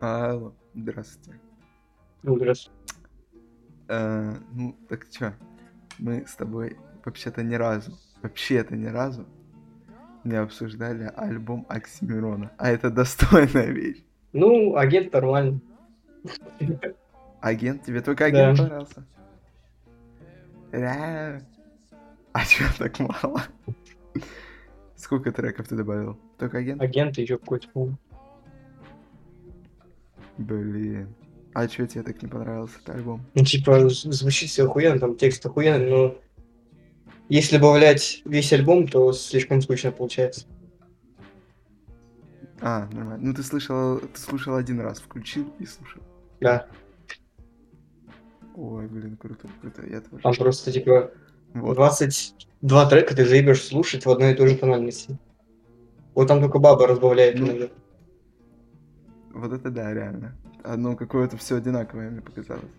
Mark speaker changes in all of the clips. Speaker 1: Алло, здравствуйте.
Speaker 2: Ну, раз.
Speaker 1: Э, ну, так чё, мы с тобой вообще-то ни разу, вообще-то ни разу не обсуждали альбом Оксимирона, а это достойная вещь.
Speaker 2: Ну, агент нормально.
Speaker 1: Агент, тебе только агент
Speaker 2: Да.
Speaker 1: понравился? Ля. А чё так мало? Сколько треков ты добавил? Только агент?
Speaker 2: Агент еще какой-то. ну, по-моему.
Speaker 1: Блин. А чё тебе так не понравился этот альбом?
Speaker 2: Ну, типа, з- звучит все охуенно, там текст охуенный, но если добавлять весь альбом, то слишком скучно получается.
Speaker 1: А, нормально. Ну ты слышал, ты слушал один раз, включил и слушал.
Speaker 2: Да,
Speaker 1: Ой, блин, круто, круто, я тоже.
Speaker 2: там просто, типа,
Speaker 1: Вот.
Speaker 2: 22 трека ты заебешь слушать в одной и той же тональности. Вот там только баба разбавляет
Speaker 1: Ну.
Speaker 2: иногда.
Speaker 1: Вот это да, реально. Одно какое-то все одинаковое мне показалось.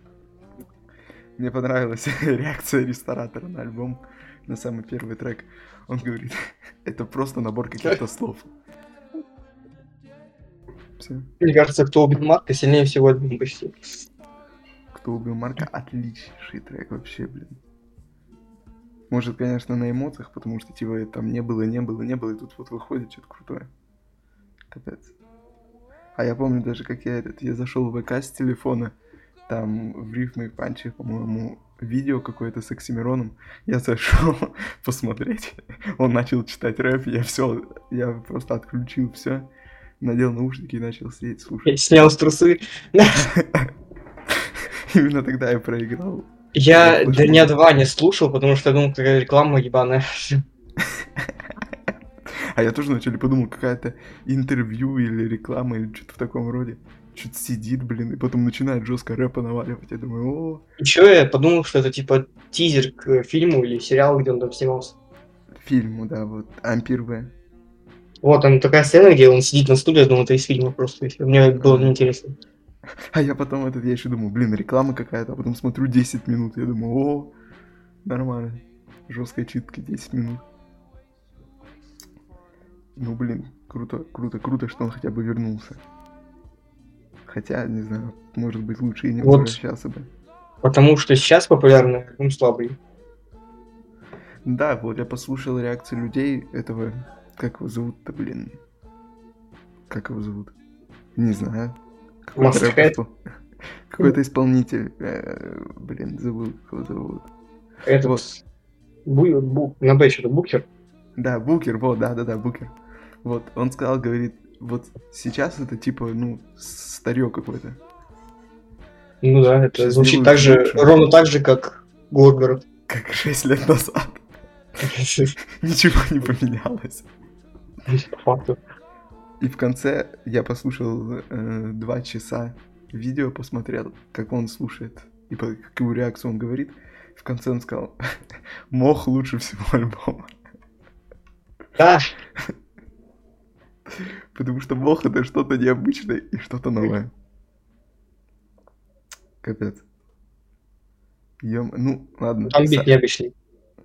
Speaker 1: Мне понравилась реакция ресторатора на альбом, на самый первый трек. Он говорит, это просто набор каких-то слов. Все.
Speaker 2: Мне кажется, кто убил Марка, сильнее всего альбом почти.
Speaker 1: Кто убил Марка? Отличнейший трек вообще, блин. Может, конечно, на эмоциях, потому что типа там не было, не было, не было, и тут вот выходит что-то крутое. Капец. А я помню даже, как я этот, я зашел в ВК с телефона, там в рифмы и панчи, по-моему, видео какое-то с Оксимироном. Я зашел посмотреть, он начал читать рэп, я все, я просто отключил все, надел наушники и начал сидеть слушать.
Speaker 2: Я снял с трусы.
Speaker 1: Именно тогда я проиграл.
Speaker 2: Я
Speaker 1: Слышал.
Speaker 2: дня два не слушал, потому что я думал, какая реклама ебаная.
Speaker 1: А я тоже вначале подумал, какая-то интервью или реклама, или что-то в таком роде. Что-то сидит, блин, и потом начинает жестко рэпа наваливать. Я думаю, о,
Speaker 2: Еще я подумал, что это типа тизер к э, фильму или сериалу, где он там снимался.
Speaker 1: фильму, да, вот, Ампир В.
Speaker 2: Вот, там такая сцена, где он сидит на стуле, я думал, это из фильма просто. и Мне было неинтересно.
Speaker 1: А я потом этот, я еще думаю, блин, реклама какая-то, а потом смотрю 10 минут, я думаю, о, нормально. Жесткой читки 10 минут. Ну, блин, круто, круто, круто, что он хотя бы вернулся. Хотя, не знаю, может быть, лучше и не
Speaker 2: Вот.
Speaker 1: возвращался бы.
Speaker 2: Потому что сейчас популярный альбом слабый.
Speaker 1: Да, вот я послушал реакции людей этого... Как его зовут-то, блин? Как его зовут? Не знаю. Какой-то,
Speaker 2: Master
Speaker 1: рэп испол- Какой-то исполнитель. э, Блин, забыл, как его зовут.
Speaker 2: Этот...
Speaker 1: Вот.
Speaker 2: Бу- Бу- на Б что-то Букер.
Speaker 1: Да, Букер, вот, да-да-да, Букер. Вот, он сказал, говорит, вот сейчас это типа, ну, старье какое-то.
Speaker 2: Ну да, это
Speaker 1: Сейчас
Speaker 2: звучит
Speaker 1: сделают
Speaker 2: так же,
Speaker 1: лучше.
Speaker 2: ровно так же, как Горгород.
Speaker 1: Как 6 лет назад. Ничего не поменялось.
Speaker 2: По факту.
Speaker 1: И в конце я послушал э, два часа видео, посмотрел, как он слушает и по какую реакцию он говорит. В конце он сказал, мох лучше всего альбома.
Speaker 2: Да,
Speaker 1: Потому что мох это что-то необычное и что-то новое. Капец. Ем... Ну, ладно.
Speaker 2: там
Speaker 1: Са-
Speaker 2: бит необычный.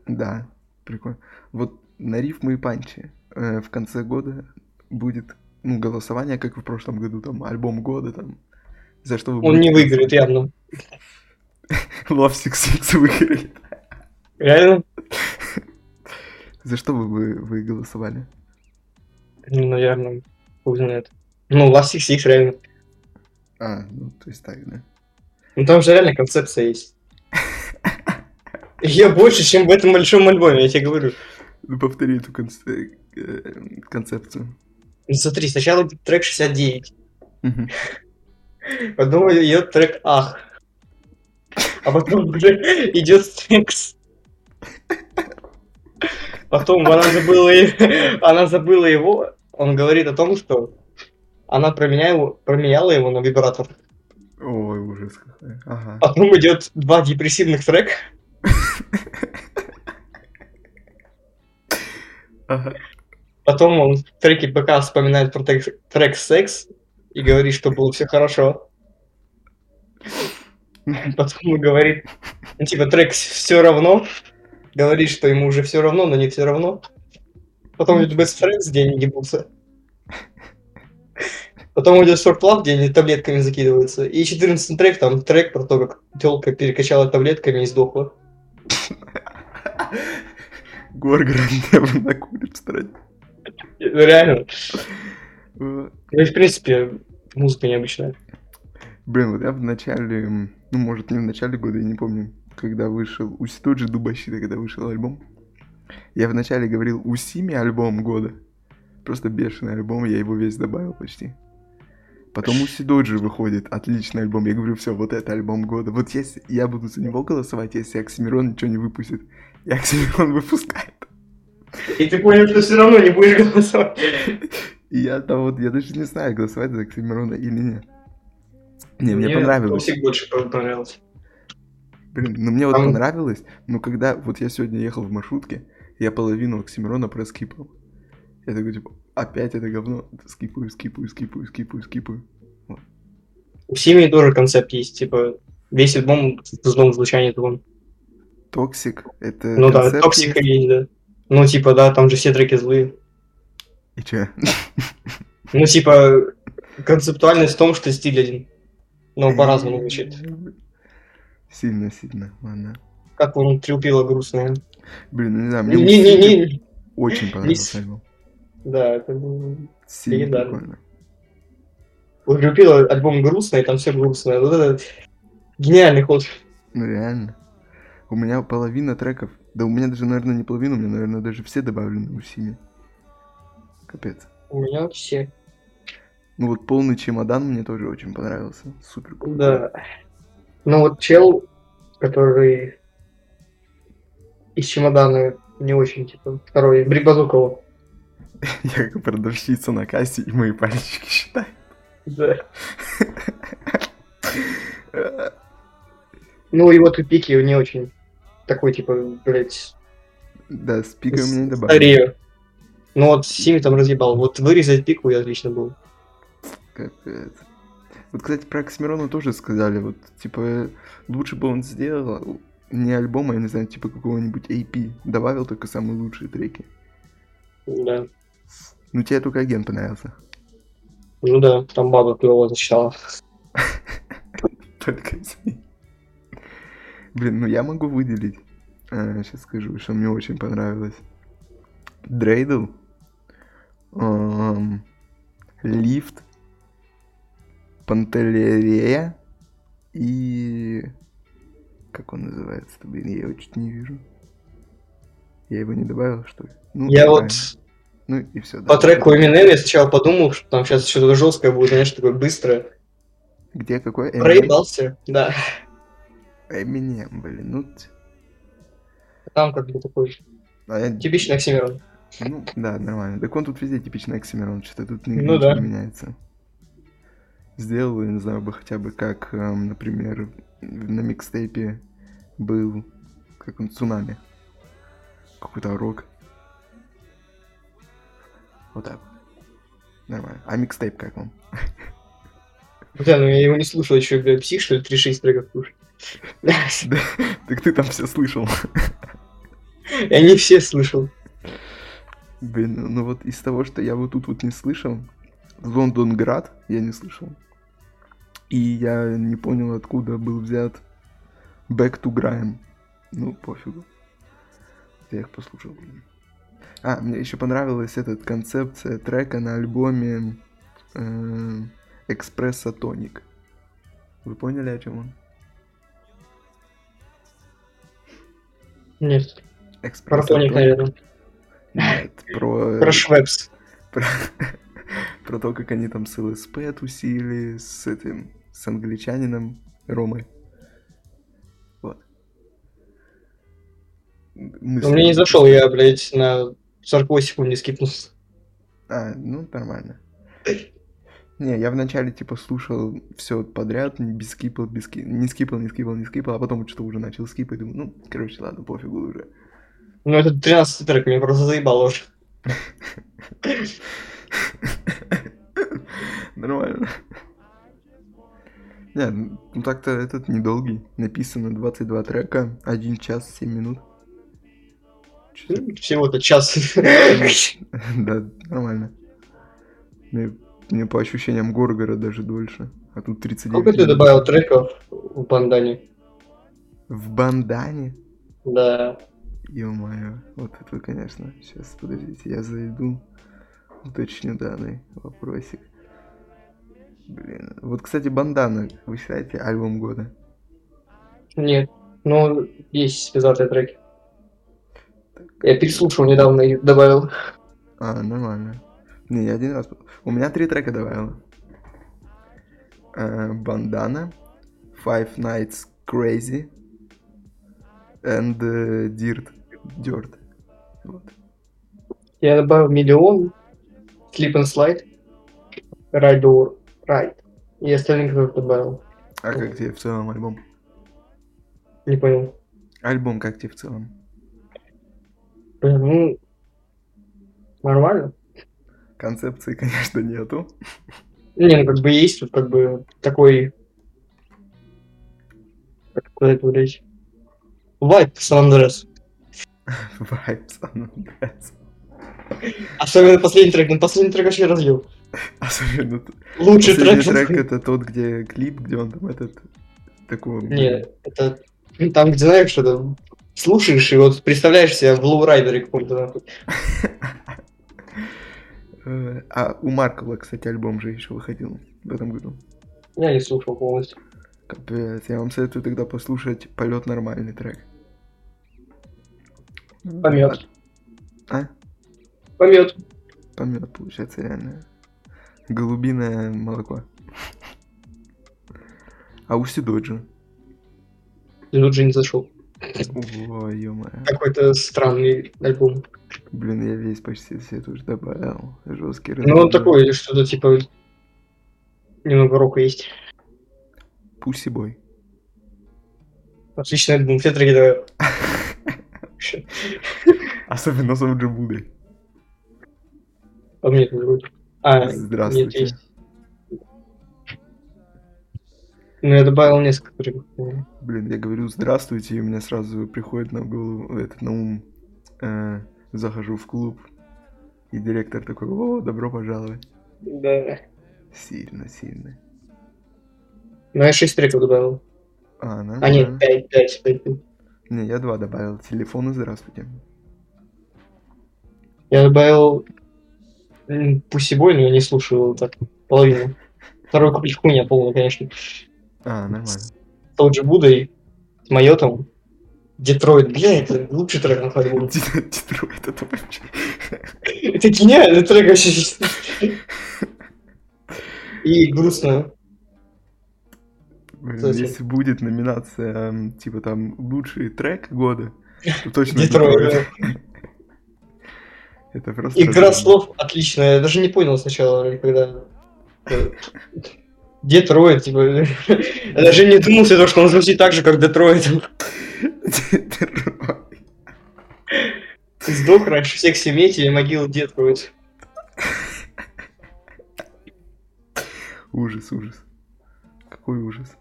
Speaker 1: Да, прикольно. Вот на рифмы и панчи э, в конце года будет ну, голосование, как и в прошлом году, там, альбом года, там, за что вы
Speaker 2: Он не
Speaker 1: будете
Speaker 2: выиграет явно.
Speaker 1: Love Six Six выиграет.
Speaker 2: Реально?
Speaker 1: За что бы вы, вы голосовали?
Speaker 2: Ну, наверное, хуй знает. Ну, Last Six Six реально.
Speaker 1: А, ну, то есть так, да.
Speaker 2: Ну там же реально концепция есть. Ее больше, чем в этом большом альбоме, я тебе говорю.
Speaker 1: Ну, повтори эту конц- э, э, концепцию.
Speaker 2: Ну, смотри, сначала трек 69,
Speaker 1: Мгм.
Speaker 2: потом идет трек Ах, а потом уже идет секс. Потом она забыла, е- она забыла его, он говорит о том, что она променяла его, променяла его на вибратор.
Speaker 1: Ой, ужас какой. Ага.
Speaker 2: Потом идет два депрессивных трека,
Speaker 1: ага.
Speaker 2: Потом он в треке ПК вспоминает про трек, трек «Секс» и говорит, что было все хорошо. Потом он говорит, ну, типа, трек «Все равно», говорит, что ему уже все равно, но не все равно. Потом идет «Best Friends», где они ебутся. Потом идет Short Love, где они таблетками закидываются. И 14 трек, там трек про то, как телка перекачала таблетками и сдохла.
Speaker 1: Гор Грандева накурит в стране.
Speaker 2: Реально.
Speaker 1: Вот.
Speaker 2: Ну и в принципе, музыка необычная.
Speaker 1: Блин, вот я в начале, м, ну, может, не в начале года, я не помню, когда вышел, у тот же Дубащита, когда вышел альбом, я вначале говорил у Сими альбом года. Просто бешеный альбом, я его весь добавил почти. Потом у Сидоджи выходит отличный альбом. Я говорю, все, вот это альбом года. Вот если я буду за него голосовать, если Оксимирон ничего не выпустит. И Оксимирон выпускает.
Speaker 2: И ты понял, что все равно не будешь голосовать.
Speaker 1: И я там вот, я даже не знаю, голосовать за Оксимирона или нет. Не, мне, понравилось.
Speaker 2: Усик больше понравилось.
Speaker 1: Блин, ну мне вот
Speaker 2: Там-
Speaker 1: понравилось, но когда вот я сегодня ехал в маршрутке, я половину Оксимирона проскипал. Я такой, типа, опять это говно. Скипаю, скипаю, скипаю, скипаю, скипаю.
Speaker 2: У Симии тоже концепт есть, типа, весь альбом в злом звучании он.
Speaker 1: Токсик, это
Speaker 2: Ну да,
Speaker 1: концепт
Speaker 2: токсика
Speaker 1: есть?
Speaker 2: есть, да. Ну, типа, да, там же все треки злые.
Speaker 1: И че?
Speaker 2: Ну, типа, концептуальность в том, что стиль один. Но по-разному звучит.
Speaker 1: Сильно, сильно, ладно.
Speaker 2: Как он трюпила грустная.
Speaker 1: Блин, ну не знаю, мне у Сиги
Speaker 2: Не-не-не.
Speaker 1: очень понравился
Speaker 2: Не-
Speaker 1: альбом.
Speaker 2: Да, это был...
Speaker 1: Сильно
Speaker 2: Легендарный.
Speaker 1: прикольно.
Speaker 2: Вот Трюпила альбом грустный, там все грустное. Вот это гениальный ход.
Speaker 1: Ну реально. У меня половина треков. Да у меня даже, наверное, не половина, у меня, наверное, даже все добавлены у Сими. Капец.
Speaker 2: У меня все.
Speaker 1: Ну вот полный чемодан мне тоже очень понравился. Супер круто.
Speaker 2: Да. Но вот чел, который из чемодана не очень, типа, второй, Бригбазукова.
Speaker 1: Я как продавщица на кассе, и мои пальчики считаю.
Speaker 2: Да. Ну, его тупики не очень такой, типа, блядь,
Speaker 1: Да, с пиком мне добавили.
Speaker 2: старее. Ну вот Сими там разъебал. Вот вырезать пику я отлично был.
Speaker 1: Капец. Вот, кстати, про Оксимирона тоже сказали. Вот, типа, лучше бы он сделал не альбома, я не знаю, типа какого-нибудь AP. Добавил только самые лучшие треки.
Speaker 2: Да.
Speaker 1: Ну, тебе только агент понравился.
Speaker 2: Ну да, там баба клево зачитала.
Speaker 1: Только из них. Блин, ну я могу выделить. э, сейчас скажу, что мне очень понравилось. Дрейдл. эм, Лифт. Пантелерея. И... Как он называется? Блин, я его чуть не вижу. Я его не добавил, что ли? Ну,
Speaker 2: Я
Speaker 1: ладно.
Speaker 2: вот
Speaker 1: Ну и все.
Speaker 2: По треку Eminem я сначала подумал, что там сейчас что-то жесткое будет, знаешь, такое быстрое.
Speaker 1: Где какой? Эминем?
Speaker 2: Проебался, да.
Speaker 1: Эминем, блин. Ну, т-
Speaker 2: Там как бы такой
Speaker 1: а я-
Speaker 2: типичный Оксимирон.
Speaker 1: Ну, да, нормально. Так он тут везде типичный Оксимирон, что-то тут ни-
Speaker 2: Ну
Speaker 1: ничего
Speaker 2: да.
Speaker 1: не меняется. Сделал, я не знаю, бы хотя бы как, эм, например, в- на микстейпе был, как он, цунами. Какой-то рок. Вот так. Нормально. А микстейп как вам?
Speaker 2: Бля, ну я его не слушал еще, бля, псих, что ли, 3-6 треков слушать.
Speaker 1: Да, так ты там все слышал.
Speaker 2: Я не все слышал.
Speaker 1: Блин, ну- ну вот из того, что я вот тут вот не слышал, Лондонград я не слышал. И я не понял, откуда был взят Back to Grime. Ну, пофигу. Я их послушал. блин. А, мне еще понравилась эта концепция трека на альбоме Экспресса Тоник. Вы поняли, о чем он?
Speaker 2: Нет, про
Speaker 1: Экспресса
Speaker 2: Тоник, наверное.
Speaker 1: Нет, про...
Speaker 2: Про Швепс.
Speaker 1: про, про то, как они там с ЛСП тусили, с этим, с англичанином Ромой. Вот. Мысли.
Speaker 2: Но Ну, мне не зашел, я, блядь, на 40 секунд не скипнул.
Speaker 1: А, ну, нормально. Не, я вначале, типа, слушал все подряд, не- без скипа, без ски- не скипал, не скипал, не скипал, а потом что-то уже начал скипать, думаю, ну, короче, ладно, пофигу уже.
Speaker 2: Ну это 13 трек, меня просто заебало уже.
Speaker 1: Нормально. Не, ну так-то этот недолгий. Написано 22 трека, 1 час 7 минут. Чё за-
Speaker 2: Ну, Всего-то час.
Speaker 1: Да, нормально. Мне Ну Мне по ощущениям Горгора даже дольше. А тут 39
Speaker 2: Сколько ты
Speaker 1: минут.
Speaker 2: добавил треков в бандане?
Speaker 1: В бандане?
Speaker 2: Да.
Speaker 1: Ё-моё, вот это, вы, конечно. Сейчас, подождите, я зайду, уточню данный вопросик. Блин, вот, кстати, Бандана, вы считаете альбом года?
Speaker 2: Нет. Ну, есть связатые треки. Я переслушал недавно и добавил.
Speaker 1: А, нормально. Не, я один раз... по- У меня три трека добавила. Э, Бандана, Five Nights Crazy and э, Dirt. Dirt. Вот.
Speaker 2: Я добавил миллион, Slip and Slide, Ride or Ride. И остальных тоже добавил.
Speaker 1: А как тебе в целом альбом?
Speaker 2: Не понял.
Speaker 1: Альбом как тебе в целом?
Speaker 2: Блин, ну, нормально.
Speaker 1: Концепции, конечно, нету.
Speaker 2: Не, ну как бы есть тут как бы такой... Как сказать, блядь? Вайп Сан Андреас.
Speaker 1: Vibes on Andreas.
Speaker 2: Особенно последний трек. Ну, последний трек вообще разлил.
Speaker 1: Особенно т-
Speaker 2: Лучший
Speaker 1: последний
Speaker 2: трек.
Speaker 1: трек это тот, где клип, где он там этот такой.
Speaker 2: Не, это ну, там, где знаешь, что-то слушаешь и вот представляешь себя в лоурайдере каком-то нахуй.
Speaker 1: Э, А у Маркова, кстати, альбом же еще выходил в этом году.
Speaker 2: Я не слушал полностью.
Speaker 1: Капец, я вам советую тогда послушать полет нормальный трек.
Speaker 2: Помет.
Speaker 1: А?
Speaker 2: Помет.
Speaker 1: Помет, получается, реально. Голубиное молоко. А у Сидоджи.
Speaker 2: И тут же не зашел.
Speaker 1: О, ё-моё.
Speaker 2: Какой-то странный альбом.
Speaker 1: Блин, я весь почти все тоже добавил. Жесткий рынок.
Speaker 2: Ну, он такой, что-то типа немного рока есть.
Speaker 1: Пусибой.
Speaker 2: Отличный альбом, все треки давай.
Speaker 1: Особенно с Оджи Будой.
Speaker 2: А мне это будет. А, нет,
Speaker 1: Здравствуйте.
Speaker 2: есть. Ну, я добавил несколько треков.
Speaker 1: Блин, я говорю здравствуйте, и у меня сразу приходит на голову, этот, на ум, э, захожу в клуб, и директор такой, о, добро пожаловать.
Speaker 2: Да.
Speaker 1: Сильно, сильно.
Speaker 2: Ну, я шесть треков добавил.
Speaker 1: А,
Speaker 2: А, нет,
Speaker 1: нормально.
Speaker 2: пять, пять, пять.
Speaker 1: Не, я два добавил. Телефон и здравствуйте.
Speaker 2: Я добавил Пусибой, но я не слушал его так половину. Второй куплет хуйня полная, конечно.
Speaker 1: А, нормально.
Speaker 2: Тот же Будда и с Майотом. Детройт, бля, это лучший трек на альбоме.
Speaker 1: Ди- Детройт, это вообще...
Speaker 2: Это гениальный трек вообще. И грустно.
Speaker 1: Блин,
Speaker 2: Слушай.
Speaker 1: если будет номинация, эм, типа там, лучший трек года, то точно Детройт.
Speaker 2: Детройт.
Speaker 1: Это просто...
Speaker 2: Игра
Speaker 1: разрыв.
Speaker 2: слов отличная. Я даже не понял сначала, когда... э, Детройт, типа... Я даже не думал себе, то, что он звучит так же, как Детройт.
Speaker 1: Детройт.
Speaker 2: Сдох раньше всех семей, тебе могила Детройт.
Speaker 1: Ужас, ужас. Какой ужас.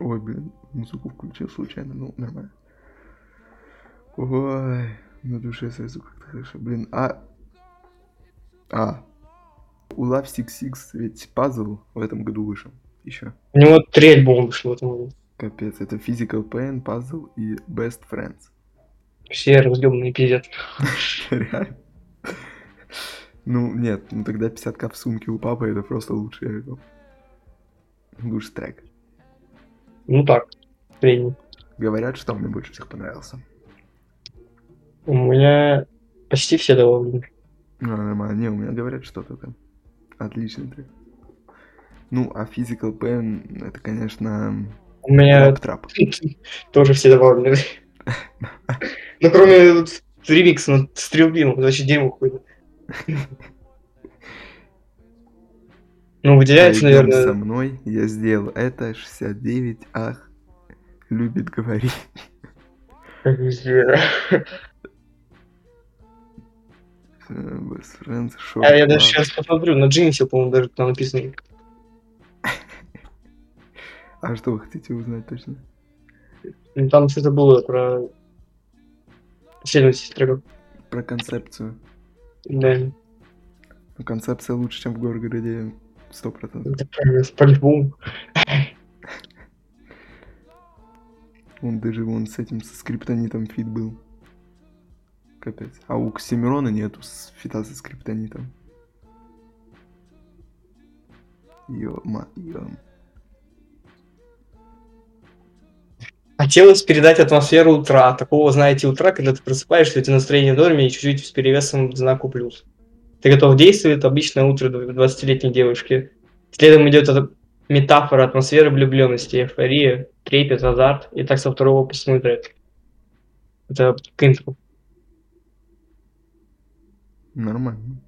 Speaker 1: Ой, блин, музыку включил случайно, ну, нормально. Ой, на душе сразу как-то хорошо. Блин, а... А. У Love Six Six ведь пазл в этом году вышел. Еще.
Speaker 2: У него три альбома вышло в этом году.
Speaker 1: Капец, это Physical Pain, Puzzle и Best Friends.
Speaker 2: Все разъемные пиздят.
Speaker 1: Реально. Ну, нет, ну тогда 50к в сумке у папы, это просто лучший альбом. Лучший трек.
Speaker 2: Ну так, средний.
Speaker 1: Говорят, что мне больше всех понравился.
Speaker 2: У меня почти все довольны.
Speaker 1: Ну, нормально. Не, у меня говорят что-то там. Отличный трек. Ну, а Physical Pain, это, конечно,
Speaker 2: У меня
Speaker 1: трап.
Speaker 2: тоже все довольны. Ну, кроме вот ремикса на стрелбину, значит, дерьмо какое-то. Ну, выделяется,
Speaker 1: Пойдём со
Speaker 2: наверное,
Speaker 1: мной, я сделал это, 69, ах, любит говорить.
Speaker 2: как везде.
Speaker 1: Э, Best Friends, Short
Speaker 2: А я даже
Speaker 1: Love.
Speaker 2: сейчас посмотрю, на Джинсе, по-моему, даже там написано.
Speaker 1: А что вы хотите узнать точно?
Speaker 2: Ну, Там что-то было про... Последовательность треков.
Speaker 1: Про концепцию.
Speaker 2: Да.
Speaker 1: Ну, концепция лучше, чем в Горгороде, сто процентов.
Speaker 2: Это правильно, по-любому.
Speaker 1: Он даже вон с этим, со скриптонитом фит был. Капец. А у Ксимирона нету с- фита со скриптонитом. Ё-моё.
Speaker 2: Хотелось передать атмосферу утра. Такого, знаете, утра, когда ты просыпаешься, у тебя настроение в норме и чуть-чуть с перевесом к знаку плюс. Ты готов действует обычное утро 20-летней девушки. Следом идет эта метафора атмосферы влюбленности, эйфория, трепет, азарт и так со второго по седьмой трек. Это к интро.
Speaker 1: Нормально.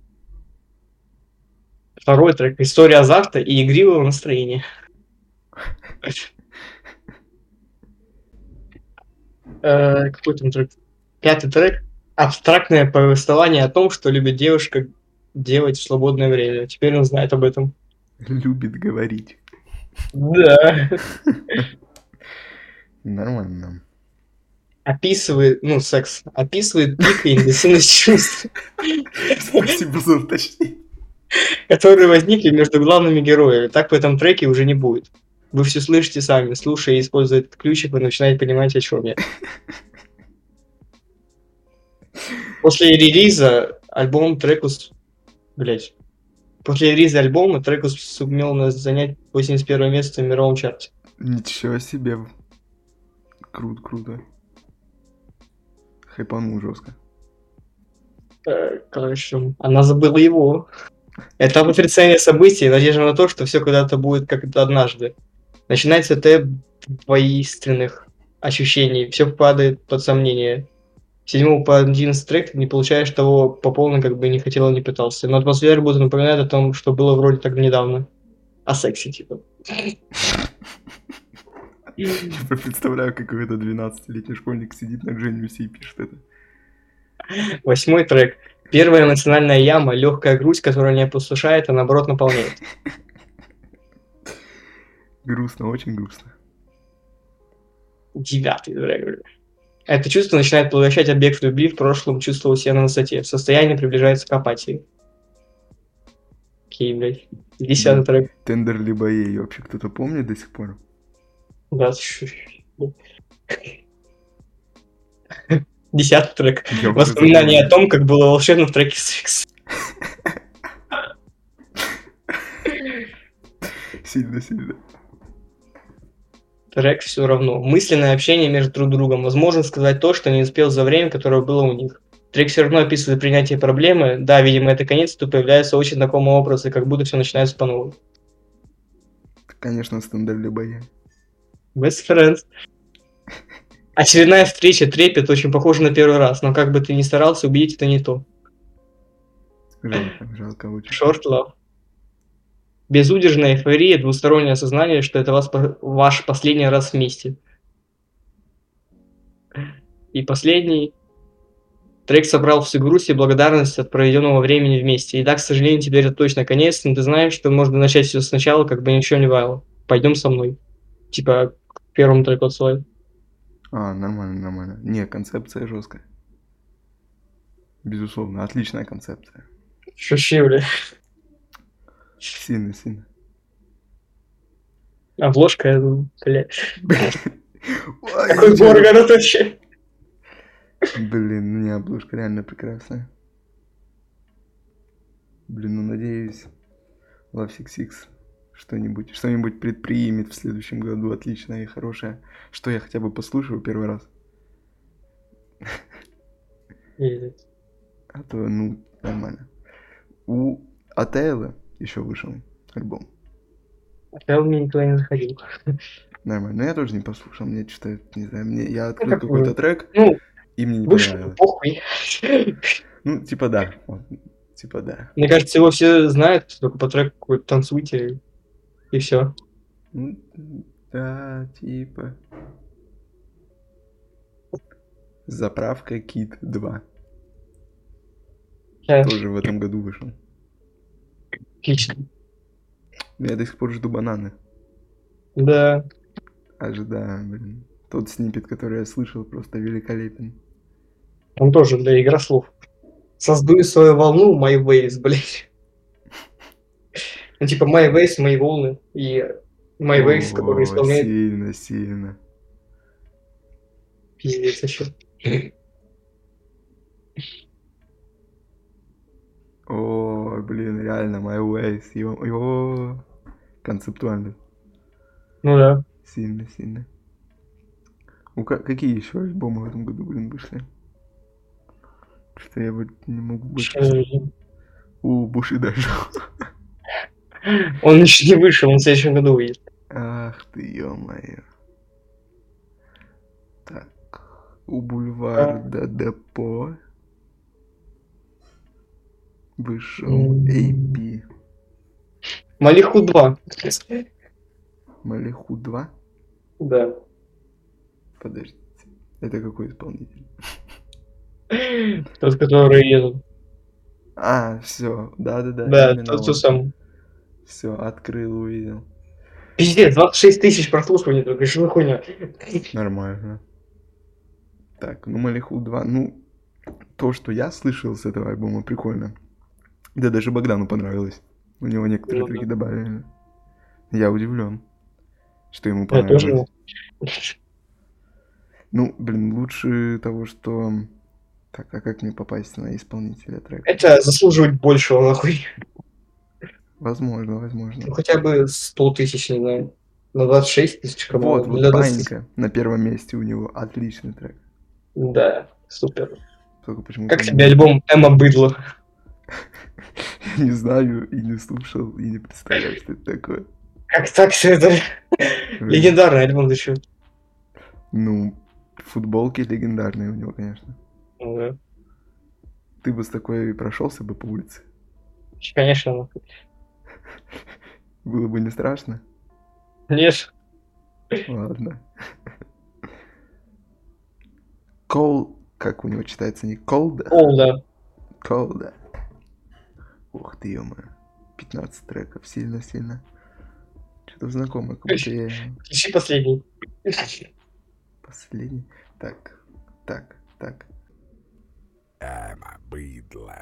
Speaker 2: Второй трек. История азарта и игривого настроения. Э, Какой там трек? Пятый трек. Абстрактное повествование о том, что любит девушка делать в свободное время. Теперь он знает об этом.
Speaker 1: Любит говорить.
Speaker 2: Да.
Speaker 1: Нормально.
Speaker 2: Описывает, ну, секс. Описывает пик и интенсивность чувств,
Speaker 1: Спасибо за уточнение.
Speaker 2: которые возникли между главными героями. Так в этом треке уже не будет. Вы все слышите сами, слушая и используя этот ключик, вы начинаете понимать, о чем я. После релиза альбом треку... с- Блять. После релиза альбома треку с- сумел нас занять 81 место в мировом чарте.
Speaker 1: Ничего себе. Круто, круто. Хайпанул жестко.
Speaker 2: Э, Короче, она забыла его. Это отрицание событий, надежда на то, что все когда-то будет как-то однажды. Начинается это воинственных ощущений, все падает под сомнение. С 7 по 11 трек ты не получаешь того по полной, как бы не хотел и не пытался. Но атмосфера будет напоминать о том, что было вроде так недавно. О сексе, типа.
Speaker 1: Я представляю, как это 12-летний школьник сидит на Дженниусе и пишет это.
Speaker 2: Восьмой трек. Первая эмоциональная яма, легкая грудь, которая не опустошает, а наоборот наполняет.
Speaker 1: Грустно, очень грустно.
Speaker 2: девятый трек. Это чувство начинает поглощать объект любви, в прошлом чувствовал себя на высоте. Состояние приближается к апатии. Окей, блядь. Десятый трек.
Speaker 1: Тендер либо ей вообще кто-то помнит до сих пор?
Speaker 2: Да, ты чё? Десятый трек.
Speaker 1: Я уже
Speaker 2: Воспоминания о
Speaker 1: забыл.
Speaker 2: том, как было волшебно в треке секс.
Speaker 1: Сильно, сильно.
Speaker 2: Трек все равно. Мысленное общение между друг другом. Возможно сказать то, что не успел за время, которое было у них. Трек все равно описывает принятие проблемы. Да, видимо, это конец, тут появляются очень знакомые образы, как будто все начинается по-новому.
Speaker 1: Конечно, стендер либо ей.
Speaker 2: Best friends. Очередная встреча, трепет, очень похожа на первый раз, но как бы ты ни старался, убедить это не то.
Speaker 1: Жалко, жалко очень.
Speaker 2: Short love. Безудержная эйфория, двустороннее осознание, что это вас, по- ваш последний раз вместе. И последний. Трек собрал всю грусть и благодарность от проведенного времени вместе. И да, к сожалению, теперь это точно конец, но ты знаешь, что можно начать все сначала, как бы ничего не ваяло. Пойдем со мной. Типа, к первому треку отсылает.
Speaker 1: А, нормально, нормально. Не, концепция жесткая. Безусловно, отличная концепция.
Speaker 2: Вообще, бля.
Speaker 1: Сильно, сильно.
Speaker 2: Обложка, А я думаю, блядь.
Speaker 1: Ой, я-
Speaker 2: Какой горгород вообще?
Speaker 1: Блин, не, обложка реально прекрасная. Блин, ну надеюсь, Лавсик Сикс что-нибудь, что-нибудь предпримет в следующем году отличное и хорошее, что я хотя бы послушаю первый раз.
Speaker 2: Пиздец.
Speaker 1: А то, ну, нормально. У Атейла еще вышел альбом.
Speaker 2: Хотя у меня никуда не заходил.
Speaker 1: Нормально. Но я тоже не послушал. Мне что-то, не знаю, мне... я открыл
Speaker 2: Ну, как
Speaker 1: какой-то
Speaker 2: бы,
Speaker 1: трек,
Speaker 2: ну,
Speaker 1: и мне не
Speaker 2: Вышел,
Speaker 1: понравилось.
Speaker 2: похуй.
Speaker 1: Ну, типа да. Вот, Типа да.
Speaker 2: Мне кажется, его все знают, только по треку какой-то танцуйте, и все.
Speaker 1: Ну, да, типа. Заправка Кит 2. Тоже в этом году вышел.
Speaker 2: Отлично.
Speaker 1: Я до сих пор жду бананы.
Speaker 2: Да.
Speaker 1: Ожидаю, блин. Тот снипет, который я слышал, просто великолепен.
Speaker 2: Он тоже, для игра слов. Создую свою волну, my waves, блядь. Ну, типа, My Waves, мои волны и My Waves, который
Speaker 1: О,
Speaker 2: исполняет
Speaker 1: Сильно, сильно.
Speaker 2: пиздец вообще.
Speaker 1: О, блин, реально, My Ways. ё- ё. Концептуально.
Speaker 2: Ну да.
Speaker 1: Сильно, сильно. У ка- какие еще альбомы в этом году, блин, вышли? Что-то я вот не могу больше. У Буши даже.
Speaker 2: Он еще не вышел, он в следующем году выйдет.
Speaker 1: Ах ты, ё-моё. Так. У
Speaker 2: А.
Speaker 1: бульварда депо вышел
Speaker 2: М.
Speaker 1: AP
Speaker 2: Малиху 2.
Speaker 1: Малиху 2.
Speaker 2: Да.
Speaker 1: Подождите. Это какой исполнитель?
Speaker 2: Тот, который едут.
Speaker 1: А, все. Да-да-да.
Speaker 2: Да, тот, кто сам.
Speaker 1: Все, открыл, увидел.
Speaker 2: Пиздец, 26 тысяч прослушиваний только, что за хуйня?
Speaker 1: Нормально. Так, ну Малиху 2. Ну, то, что я слышал с этого альбома, прикольно. Да даже Богдану понравилось. У него некоторые
Speaker 2: Ну да.
Speaker 1: треки добавили. Я удивлен, что ему
Speaker 2: Я
Speaker 1: понравилось.
Speaker 2: тоже не-
Speaker 1: Ну, блин, лучше того, что... Так, а как мне попасть на исполнителя трека?
Speaker 2: Это заслуживает большего, нахуй.
Speaker 1: Возможно, возможно.
Speaker 2: Ну, хотя бы 100 тысяч, не знаю. На 26 тысяч кому
Speaker 1: Вот, вот паника на первом месте у него. Отличный трек.
Speaker 2: Да, супер.
Speaker 1: Только почему
Speaker 2: Как тебе альбом Эмма Быдло?
Speaker 1: Не знаю, и не слушал, и не представляю, что это такое.
Speaker 2: Как так все это? Легендарный альбом, ты чё?
Speaker 1: Ну, футболки легендарные у него, конечно.
Speaker 2: Ну да.
Speaker 1: Ты бы с такой прошелся бы по улице.
Speaker 2: Конечно, нахуй.
Speaker 1: Было бы не страшно.
Speaker 2: Леш,
Speaker 1: Ладно. Кол... Как у него читается? Не колда?
Speaker 2: о, да.
Speaker 1: Колда. Ух ты, ё-моё. 15 треков. Сильно-сильно. Что-то знакомое, как будто я
Speaker 2: Включи последний.
Speaker 1: последний. Так, так, так.
Speaker 3: Ема бидло.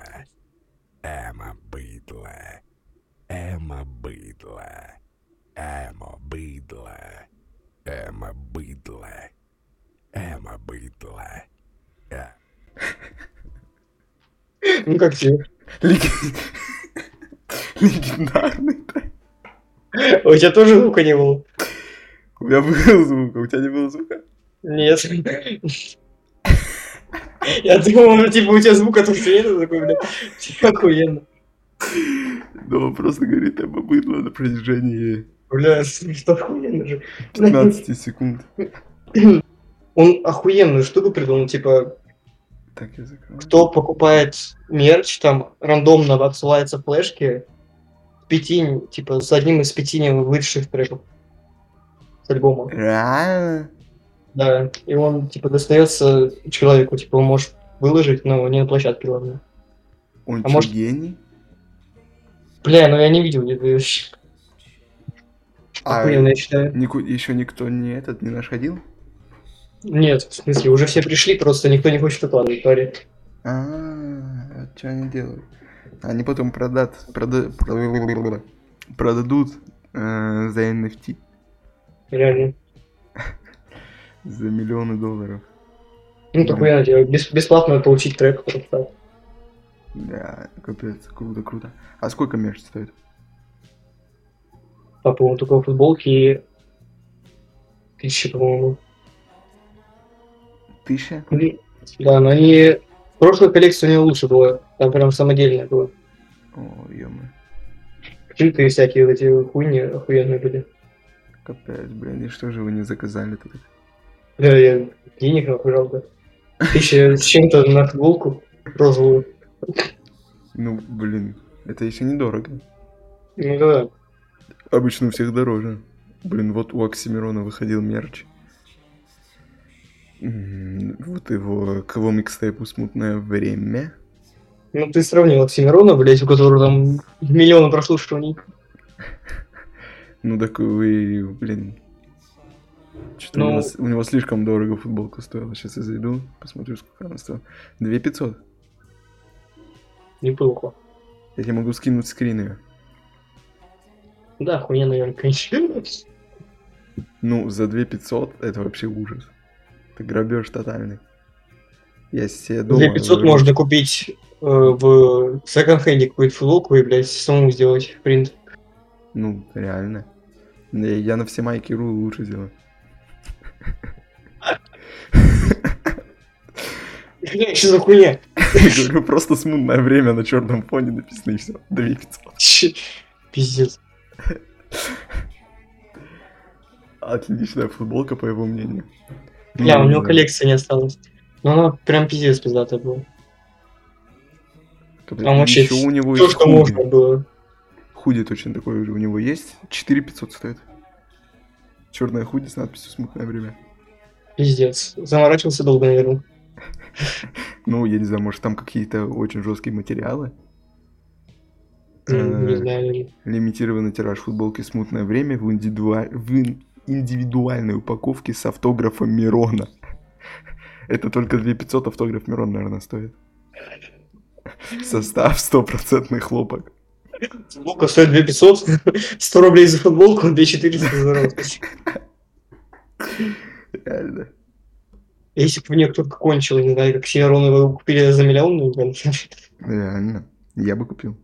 Speaker 3: Ема бидло. Ема бидло. Ема бидло. Ема бидло. Ема бидло. Э-
Speaker 2: Ну как тебе?
Speaker 1: Лег- Легендарный трек.
Speaker 2: У тебя тоже звука не было?
Speaker 1: У меня был звук, а у тебя не было звука?
Speaker 2: Нет. Я думал, ну, типа, у тебя звука тут нету, такой, бля, типа, охуенно.
Speaker 1: Да он просто говорит об быдло на протяжении
Speaker 2: Бля, что охуенно же.
Speaker 1: 15 секунд.
Speaker 2: Он охуенную штуку придумал, типа,
Speaker 1: Так, я закрываю.
Speaker 2: кто покупает мерч, там рандомно отсылаются флешки с пяти, типа, с одним из пяти не вышедших треков с альбома.
Speaker 1: Реально?
Speaker 2: Да, и он, типа, достается человеку, типа, он может выложить, но не на площадке, главное.
Speaker 1: Он
Speaker 2: А
Speaker 1: чё,
Speaker 2: может-
Speaker 1: гений?
Speaker 2: Бля, ну я не видел где-то вообще.
Speaker 1: А-
Speaker 2: Охуенно, я считаю.
Speaker 1: еще никто не этот не находил?
Speaker 2: Нет, в смысле, уже все пришли, просто никто не хочет укладывать, парень.
Speaker 1: А, что они делают? Они потом продат, прода- прода- продадут э, за NFT
Speaker 2: Реально.
Speaker 1: за миллионы долларов.
Speaker 2: Ну, так я надеюсь, бес- бесплатно получить трек просто так.
Speaker 1: Да, капец, круто, круто. А сколько мерч стоит?
Speaker 2: По поводу только футболки и тысячи, по-моему.
Speaker 1: Тысяча?
Speaker 2: Или- Да, но они... Прошлая коллекция у нее лучше была. Там прям самодельная была.
Speaker 1: О, ё
Speaker 2: Шиты и всякие вот эти хуйни охуенные были.
Speaker 1: Капец, блин, и что же вы не заказали тогда?
Speaker 2: Бля, я денег нахуй жалко. Тысяча с чем-то на футболку розовую.
Speaker 1: Ну, блин, это еще недорого.
Speaker 2: Ну да,
Speaker 1: Обычно у всех дороже. Блин, вот у Оксимирона выходил мерч. М, Вот его, к его микстейпу «Смутное время».
Speaker 2: ну ты сравнил Оксимирона, блядь, у которого там миллионы прослушиваний.
Speaker 1: Ну так вы, блин. Что-то у,
Speaker 2: Ну-
Speaker 1: него, с- у него слишком дорого футболка стоила. Сейчас я зайду, посмотрю, сколько она стоила. 2500.
Speaker 2: Неплохо.
Speaker 1: Я тебе могу скинуть скрин её.
Speaker 2: Да, хуйня, наверное, конечно.
Speaker 1: Ну, за 2500 это вообще ужас. Это грабеж тотальный. Я себе дома...
Speaker 2: За 500
Speaker 1: завожу.
Speaker 2: можно купить э, в секонд-хенде какую-то футболку и, блядь, самому сделать принт.
Speaker 1: Ну, реально. Я, я на все майки ру лучше делаю.
Speaker 2: Бля, что за хуйня?
Speaker 1: Говорю, просто смутное время на черном фоне написано и все. 2500.
Speaker 2: Чё? Пиздец.
Speaker 1: Отличная футболка, по его мнению.
Speaker 2: Бля,
Speaker 1: Ну,
Speaker 2: у него
Speaker 1: да.
Speaker 2: коллекция не осталась. Ну, она прям пиздец пиздатая была.
Speaker 1: Капец,
Speaker 2: там вообще
Speaker 1: ещё у него
Speaker 2: То,
Speaker 1: есть
Speaker 2: что
Speaker 1: худи.
Speaker 2: можно было.
Speaker 1: Худи точно такой же у него есть. 4500 стоит. Черная худи с надписью «Смутное время».
Speaker 2: Пиздец. Заморачивался долго, наверное.
Speaker 1: Ну, я не знаю, может, там какие-то очень жесткие материалы.
Speaker 2: М, Не
Speaker 1: Э,
Speaker 2: знаю, наверное.
Speaker 1: Лимитированный тираж футболки «Смутное время» в, индивидуа- в ин- индивидуальной упаковке с автографом Мирона. Это только 2500 автограф Мирона, наверное, стоит. Состав стопроцентный хлопок.
Speaker 2: Футболка стоит 2500, 100 рублей за футболку, 2400 за розыгрыш.
Speaker 1: Реально.
Speaker 2: Если бы мне кто-то кончил, не знаю, как Северон его купили за миллион, ну, блин,
Speaker 1: Реально. Я бы купил.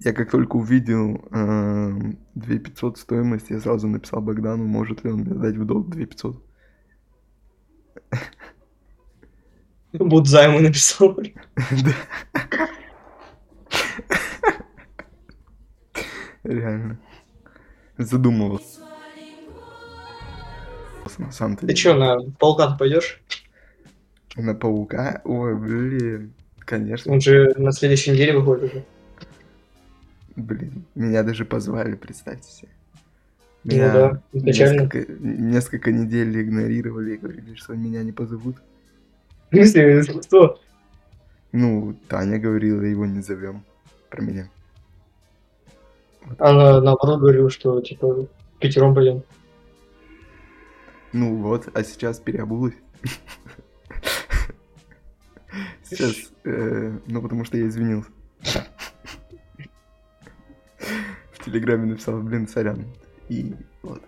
Speaker 1: Я как только увидел эм, 2500 стоимость, я сразу написал Богдану, может ли он мне дать в долг 2500.
Speaker 2: Будзайму написал.
Speaker 1: Да. Реально. Задумывался. На самом
Speaker 2: Ты
Speaker 1: деле.
Speaker 2: чё, на паука пойдешь?
Speaker 1: На паука? Ой, блин. Конечно.
Speaker 2: Он же на следующей неделе выходит уже.
Speaker 1: Блин. Меня даже позвали, представьте себе.
Speaker 2: Ну да, изначально.
Speaker 1: несколько, несколько недель игнорировали и говорили, что меня не позовут.
Speaker 2: В смысле, что?
Speaker 1: Ну, Таня говорила, его не зовем. Про меня.
Speaker 2: Она а наоборот говорила, что типа пятером пойдем.
Speaker 1: Ну вот, а сейчас переобулась. Сейчас, э, ну потому что я извинился. В Телеграме написал, блин, сорян. И вот.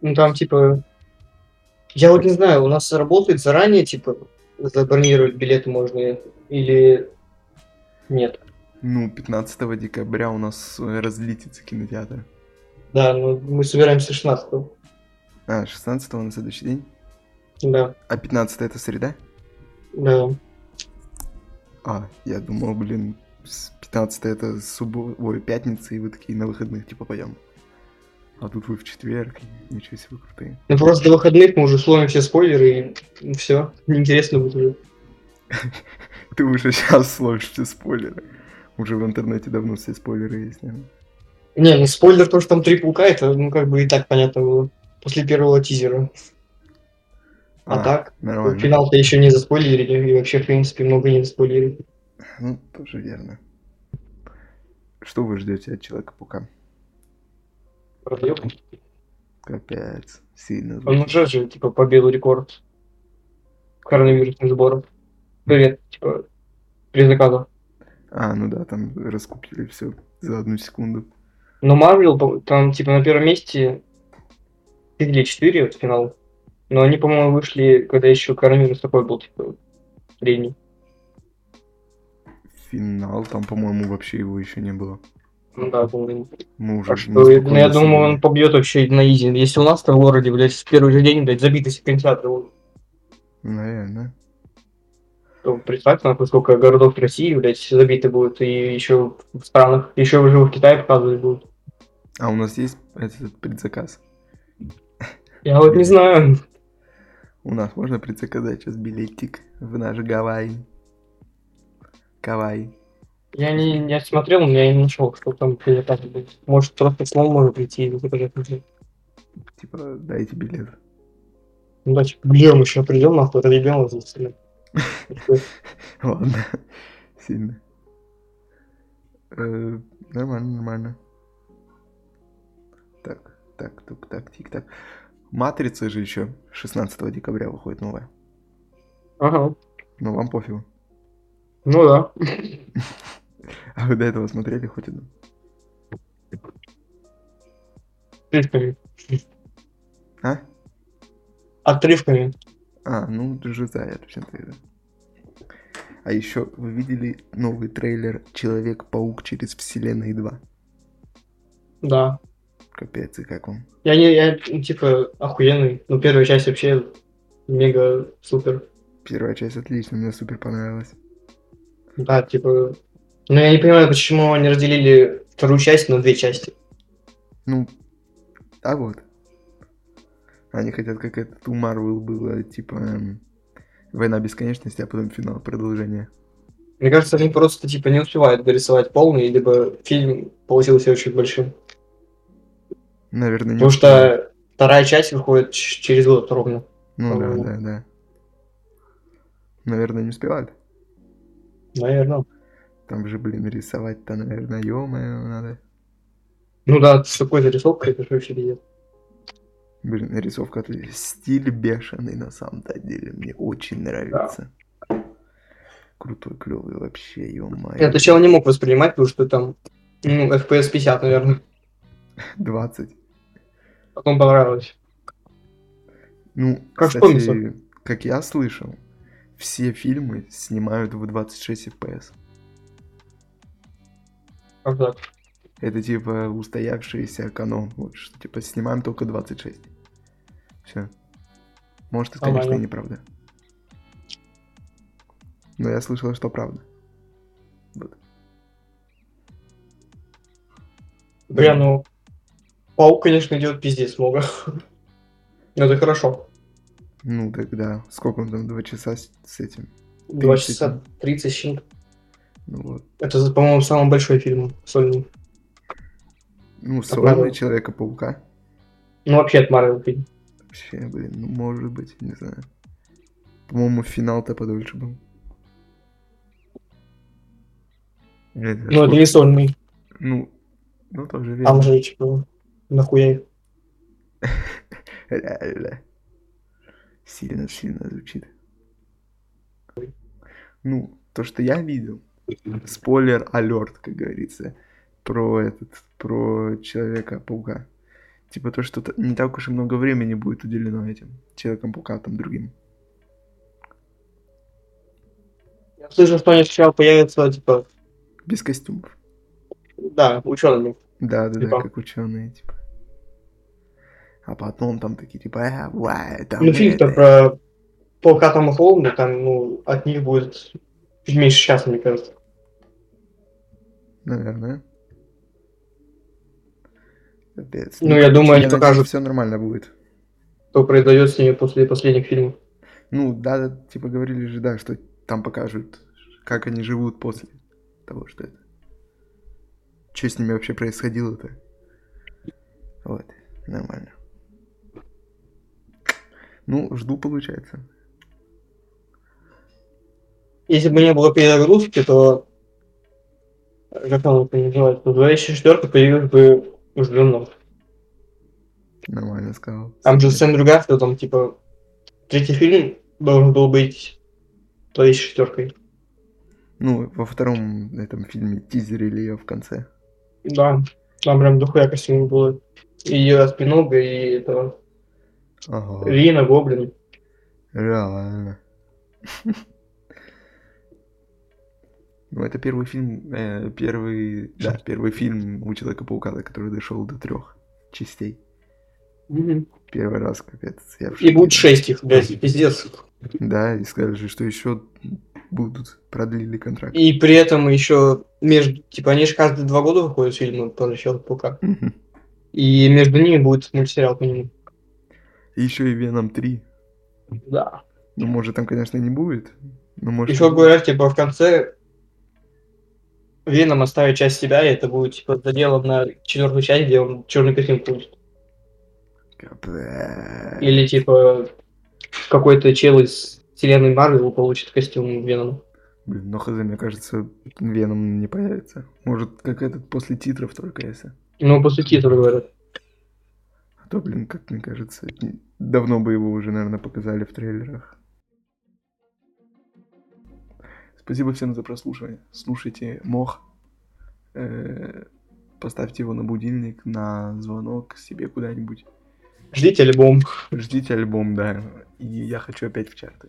Speaker 2: Ну там типа... Я вот не знаю, у нас работает заранее, типа, забронировать билеты можно или нет.
Speaker 1: Ну, 15 декабря у нас э, разлетится кинотеатр.
Speaker 2: Да, ну мы собираемся 16
Speaker 1: А, 16 на следующий день.
Speaker 2: Да,
Speaker 1: А 15 это среда?
Speaker 2: да.
Speaker 1: А, я думал, блин, 15 это суббота, ой, пятница, и вы такие на выходных типа пойдем. А тут вы в четверг, и ничего себе вы крутые.
Speaker 2: Ну просто до выходных мы уже словим все спойлеры и все. Неинтересно будет уже.
Speaker 1: Ты уже сейчас словишь все спойлеры. Уже в интернете давно все спойлеры есть, наверное.
Speaker 2: Не, ну спойлер то, что там три паука, это ну как бы и так понятно было. После первого тизера. А так,
Speaker 1: Нормально.
Speaker 2: Финал-то еще не заспойлерили, и вообще, в принципе, много не заспойлерили.
Speaker 1: Ну, тоже верно. Что вы ждете от Человека-паука?
Speaker 2: Продаём.
Speaker 1: Капец. Сильно
Speaker 2: Он
Speaker 1: звучит.
Speaker 2: уже же, типа, побил рекорд коронавирусных сборов. Привет, типа, перезаказов.
Speaker 1: А, ну да, там раскупили все за одну секунду.
Speaker 2: Но Марвел, там, типа, на первом месте три или четыре вот финал. Но они, по-моему, вышли, когда еще коронавирус такой был, типа, средний.
Speaker 1: Финал, там, по-моему, вообще его еще не было.
Speaker 2: Ну да, по-моему.
Speaker 1: Мы уже
Speaker 2: Так
Speaker 1: на
Speaker 2: что, ну, я
Speaker 1: спокойной
Speaker 2: думаю,
Speaker 1: совести.
Speaker 2: он побьет вообще на изи. Если у нас в городе, блядь, в первый же день, блядь, забиты все кинотеатры, вот,
Speaker 1: Наверное.
Speaker 2: то представьте, нахуй, сколько городов России, блядь, забиты будут, и еще в странах, еще уже в Китае показывать будут.
Speaker 1: А у нас есть этот предзаказ?
Speaker 2: Я вот не знаю.
Speaker 1: У нас можно предзаказать сейчас билетик в наш Гавайи. Гавайи.
Speaker 2: Я не, не смотрел, но я не нашел, что там прилетать будет. Может, просто слон может прийти и заказать уже.
Speaker 1: Типа, дайте билет.
Speaker 2: Ну да, типа, блин, мы еще придем, нахуй, разъебем его здесь, блядь.
Speaker 1: Ладно. Сильно. Э, Нормально, нормально. Так, так, так, так, тик, так. Матрица же еще 16 декабря выходит новая.
Speaker 2: Ага,
Speaker 1: Но вам пофигу.
Speaker 2: ну да.
Speaker 1: А вы до этого смотрели хоть одну?
Speaker 2: Отрывками.
Speaker 1: А?
Speaker 2: Отрывками.
Speaker 1: А, ну, жиза, это все тогда. А еще вы видели новый трейлер «Человек-паук через вселенные 2»?
Speaker 2: Да.
Speaker 1: Капец, и как он?
Speaker 2: Я не, я, ну, типа, охуенный. Ну, первая часть вообще мега супер.
Speaker 1: Первая часть отлично, мне супер понравилась.
Speaker 2: Да, типа... Ну, я не понимаю, почему они разделили вторую часть на две части.
Speaker 1: Ну, а вот. Они хотят, как это у Марвел было, типа, эм, война бесконечности, а потом финал, продолжение.
Speaker 2: Мне кажется, они просто, типа, не успевают дорисовать полный, либо фильм получился очень большим.
Speaker 1: Наверное, не
Speaker 2: Потому
Speaker 1: успеют.
Speaker 2: что вторая часть выходит ч- через год ровно.
Speaker 1: Ну да,
Speaker 2: по-моему.
Speaker 1: да, да. Наверное, не успевают.
Speaker 2: Наверное.
Speaker 1: Там же, блин, рисовать-то, наверное, ё надо.
Speaker 2: Ну да, с такой зарисовкой это же вообще пиздец.
Speaker 1: Блин, рисовка отличная. Стиль бешеный, на самом-то деле. Мне очень нравится. Крутой, клевый вообще, ё-моё.
Speaker 2: Я сначала не мог воспринимать, потому что там, ну, FPS 50, наверное.
Speaker 1: 20.
Speaker 2: Потом понравилось.
Speaker 1: Ну,
Speaker 2: Как в
Speaker 1: кстати, как я слышал, все фильмы снимают в 26 FPS.
Speaker 2: Как так?
Speaker 1: Это типа устоявшийся канон. Вот, что, типа снимаем только 26. Все. Может, это, конечно, и
Speaker 2: Нормально.
Speaker 1: неправда. Но я слышал, что правда.
Speaker 2: Бля, ну, паук, конечно, идет пиздец много. Но это хорошо.
Speaker 1: Ну, тогда сколько он там, два часа с, с этим?
Speaker 2: Два
Speaker 1: 30.
Speaker 2: часа 30 с чем-то.
Speaker 1: Ну вот.
Speaker 2: Это, по-моему, самый большой фильм сольный.
Speaker 1: Ну,
Speaker 2: Марвел?
Speaker 1: сольный Человека-паука.
Speaker 2: Ну, вообще, от Марвел фильм.
Speaker 1: Вообще, блин, ну, может быть, не знаю. По-моему, финал-то подольше был. Э,
Speaker 2: Ну, это не сольный.
Speaker 1: Ну, ну, тоже верно.
Speaker 2: Там же, типа, нахуя.
Speaker 1: Ля-ля. Сильно, сильно звучит. Ну, то, что я видел, спойлер алерт, как говорится, про этот, про Человека-паука. Типа то, что т- не так уж и много времени будет уделено этим Человеком-паука, там другим.
Speaker 2: Я слышал, что они сначала появятся, типа,
Speaker 1: Без костюмов.
Speaker 2: да, учеными.
Speaker 1: Да, да, да,
Speaker 2: Типа.
Speaker 1: как ученые, типа. А потом там такие, типа, «А, уа, там
Speaker 2: Ну, фильм-то
Speaker 1: это».
Speaker 2: про паука Тома Холланда, там, ну, от них будет чуть меньше часа, мне кажется.
Speaker 1: Наверное. Капец.
Speaker 2: Ну, я думаю, они
Speaker 1: надеюсь,
Speaker 2: покажут.
Speaker 1: Все нормально будет.
Speaker 2: Что произойдет с ними после последних фильмов.
Speaker 1: Ну, да, да, типа говорили же, да, что там покажут, как они живут после того, что это. Что с ними вообще происходило-то? Вот, нормально. Ну, жду, получается.
Speaker 2: Если бы не было перезагрузки, то э, как он это называется, в 2004 появилась бы Ждунов.
Speaker 1: Нормально сказал.
Speaker 2: Там же Сэм Другард, там, типа, третий фильм должен был быть 2004
Speaker 1: Ну, во втором этом фильме тизерили ее в конце.
Speaker 2: Да, там прям дохуя костюмов было. И ее Спинога, и этого
Speaker 1: Ага.
Speaker 2: Рина, Гоблин.
Speaker 1: Реально. Ну, это первый фильм, э, первый, да, первый фильм у Человека-паука, да, который дошел до трех частей. Первый раз, капец, я в
Speaker 2: И
Speaker 1: шоке.
Speaker 2: будет шесть их, блядь, пиздец.
Speaker 1: Да, и сказали же, что еще будут, продлили контракт.
Speaker 2: И при этом еще между, типа, они же каждые два года выходят фильмы по началу Паука.
Speaker 1: Мгм.
Speaker 2: И между ними будет мультсериал по нему.
Speaker 1: И еще и Веном 3.
Speaker 2: Да.
Speaker 1: Ну, может, там, конечно, не будет. Но может...
Speaker 2: Еще
Speaker 1: и-
Speaker 2: говорят, типа, в конце Веном оставит часть себя, и это будет, типа, заделом на четвертую часть, где он черный костюм будет.
Speaker 1: Капец.
Speaker 2: Или, типа, какой-то чел из вселенной Марвел получит костюм Венома.
Speaker 1: Блин, но хз, мне кажется, Веном не появится. Может, как этот после титров только, если.
Speaker 2: Ну, после титра говорят.
Speaker 1: А то, блин, как мне кажется, н- давно бы его уже, наверное, показали в трейлерах. Спасибо всем за прослушивание. Слушайте Мох. Э, Поставьте его на будильник, на звонок себе куда-нибудь.
Speaker 2: Ждите альбом.
Speaker 1: Ждите альбом, да. И я хочу опять в чарты.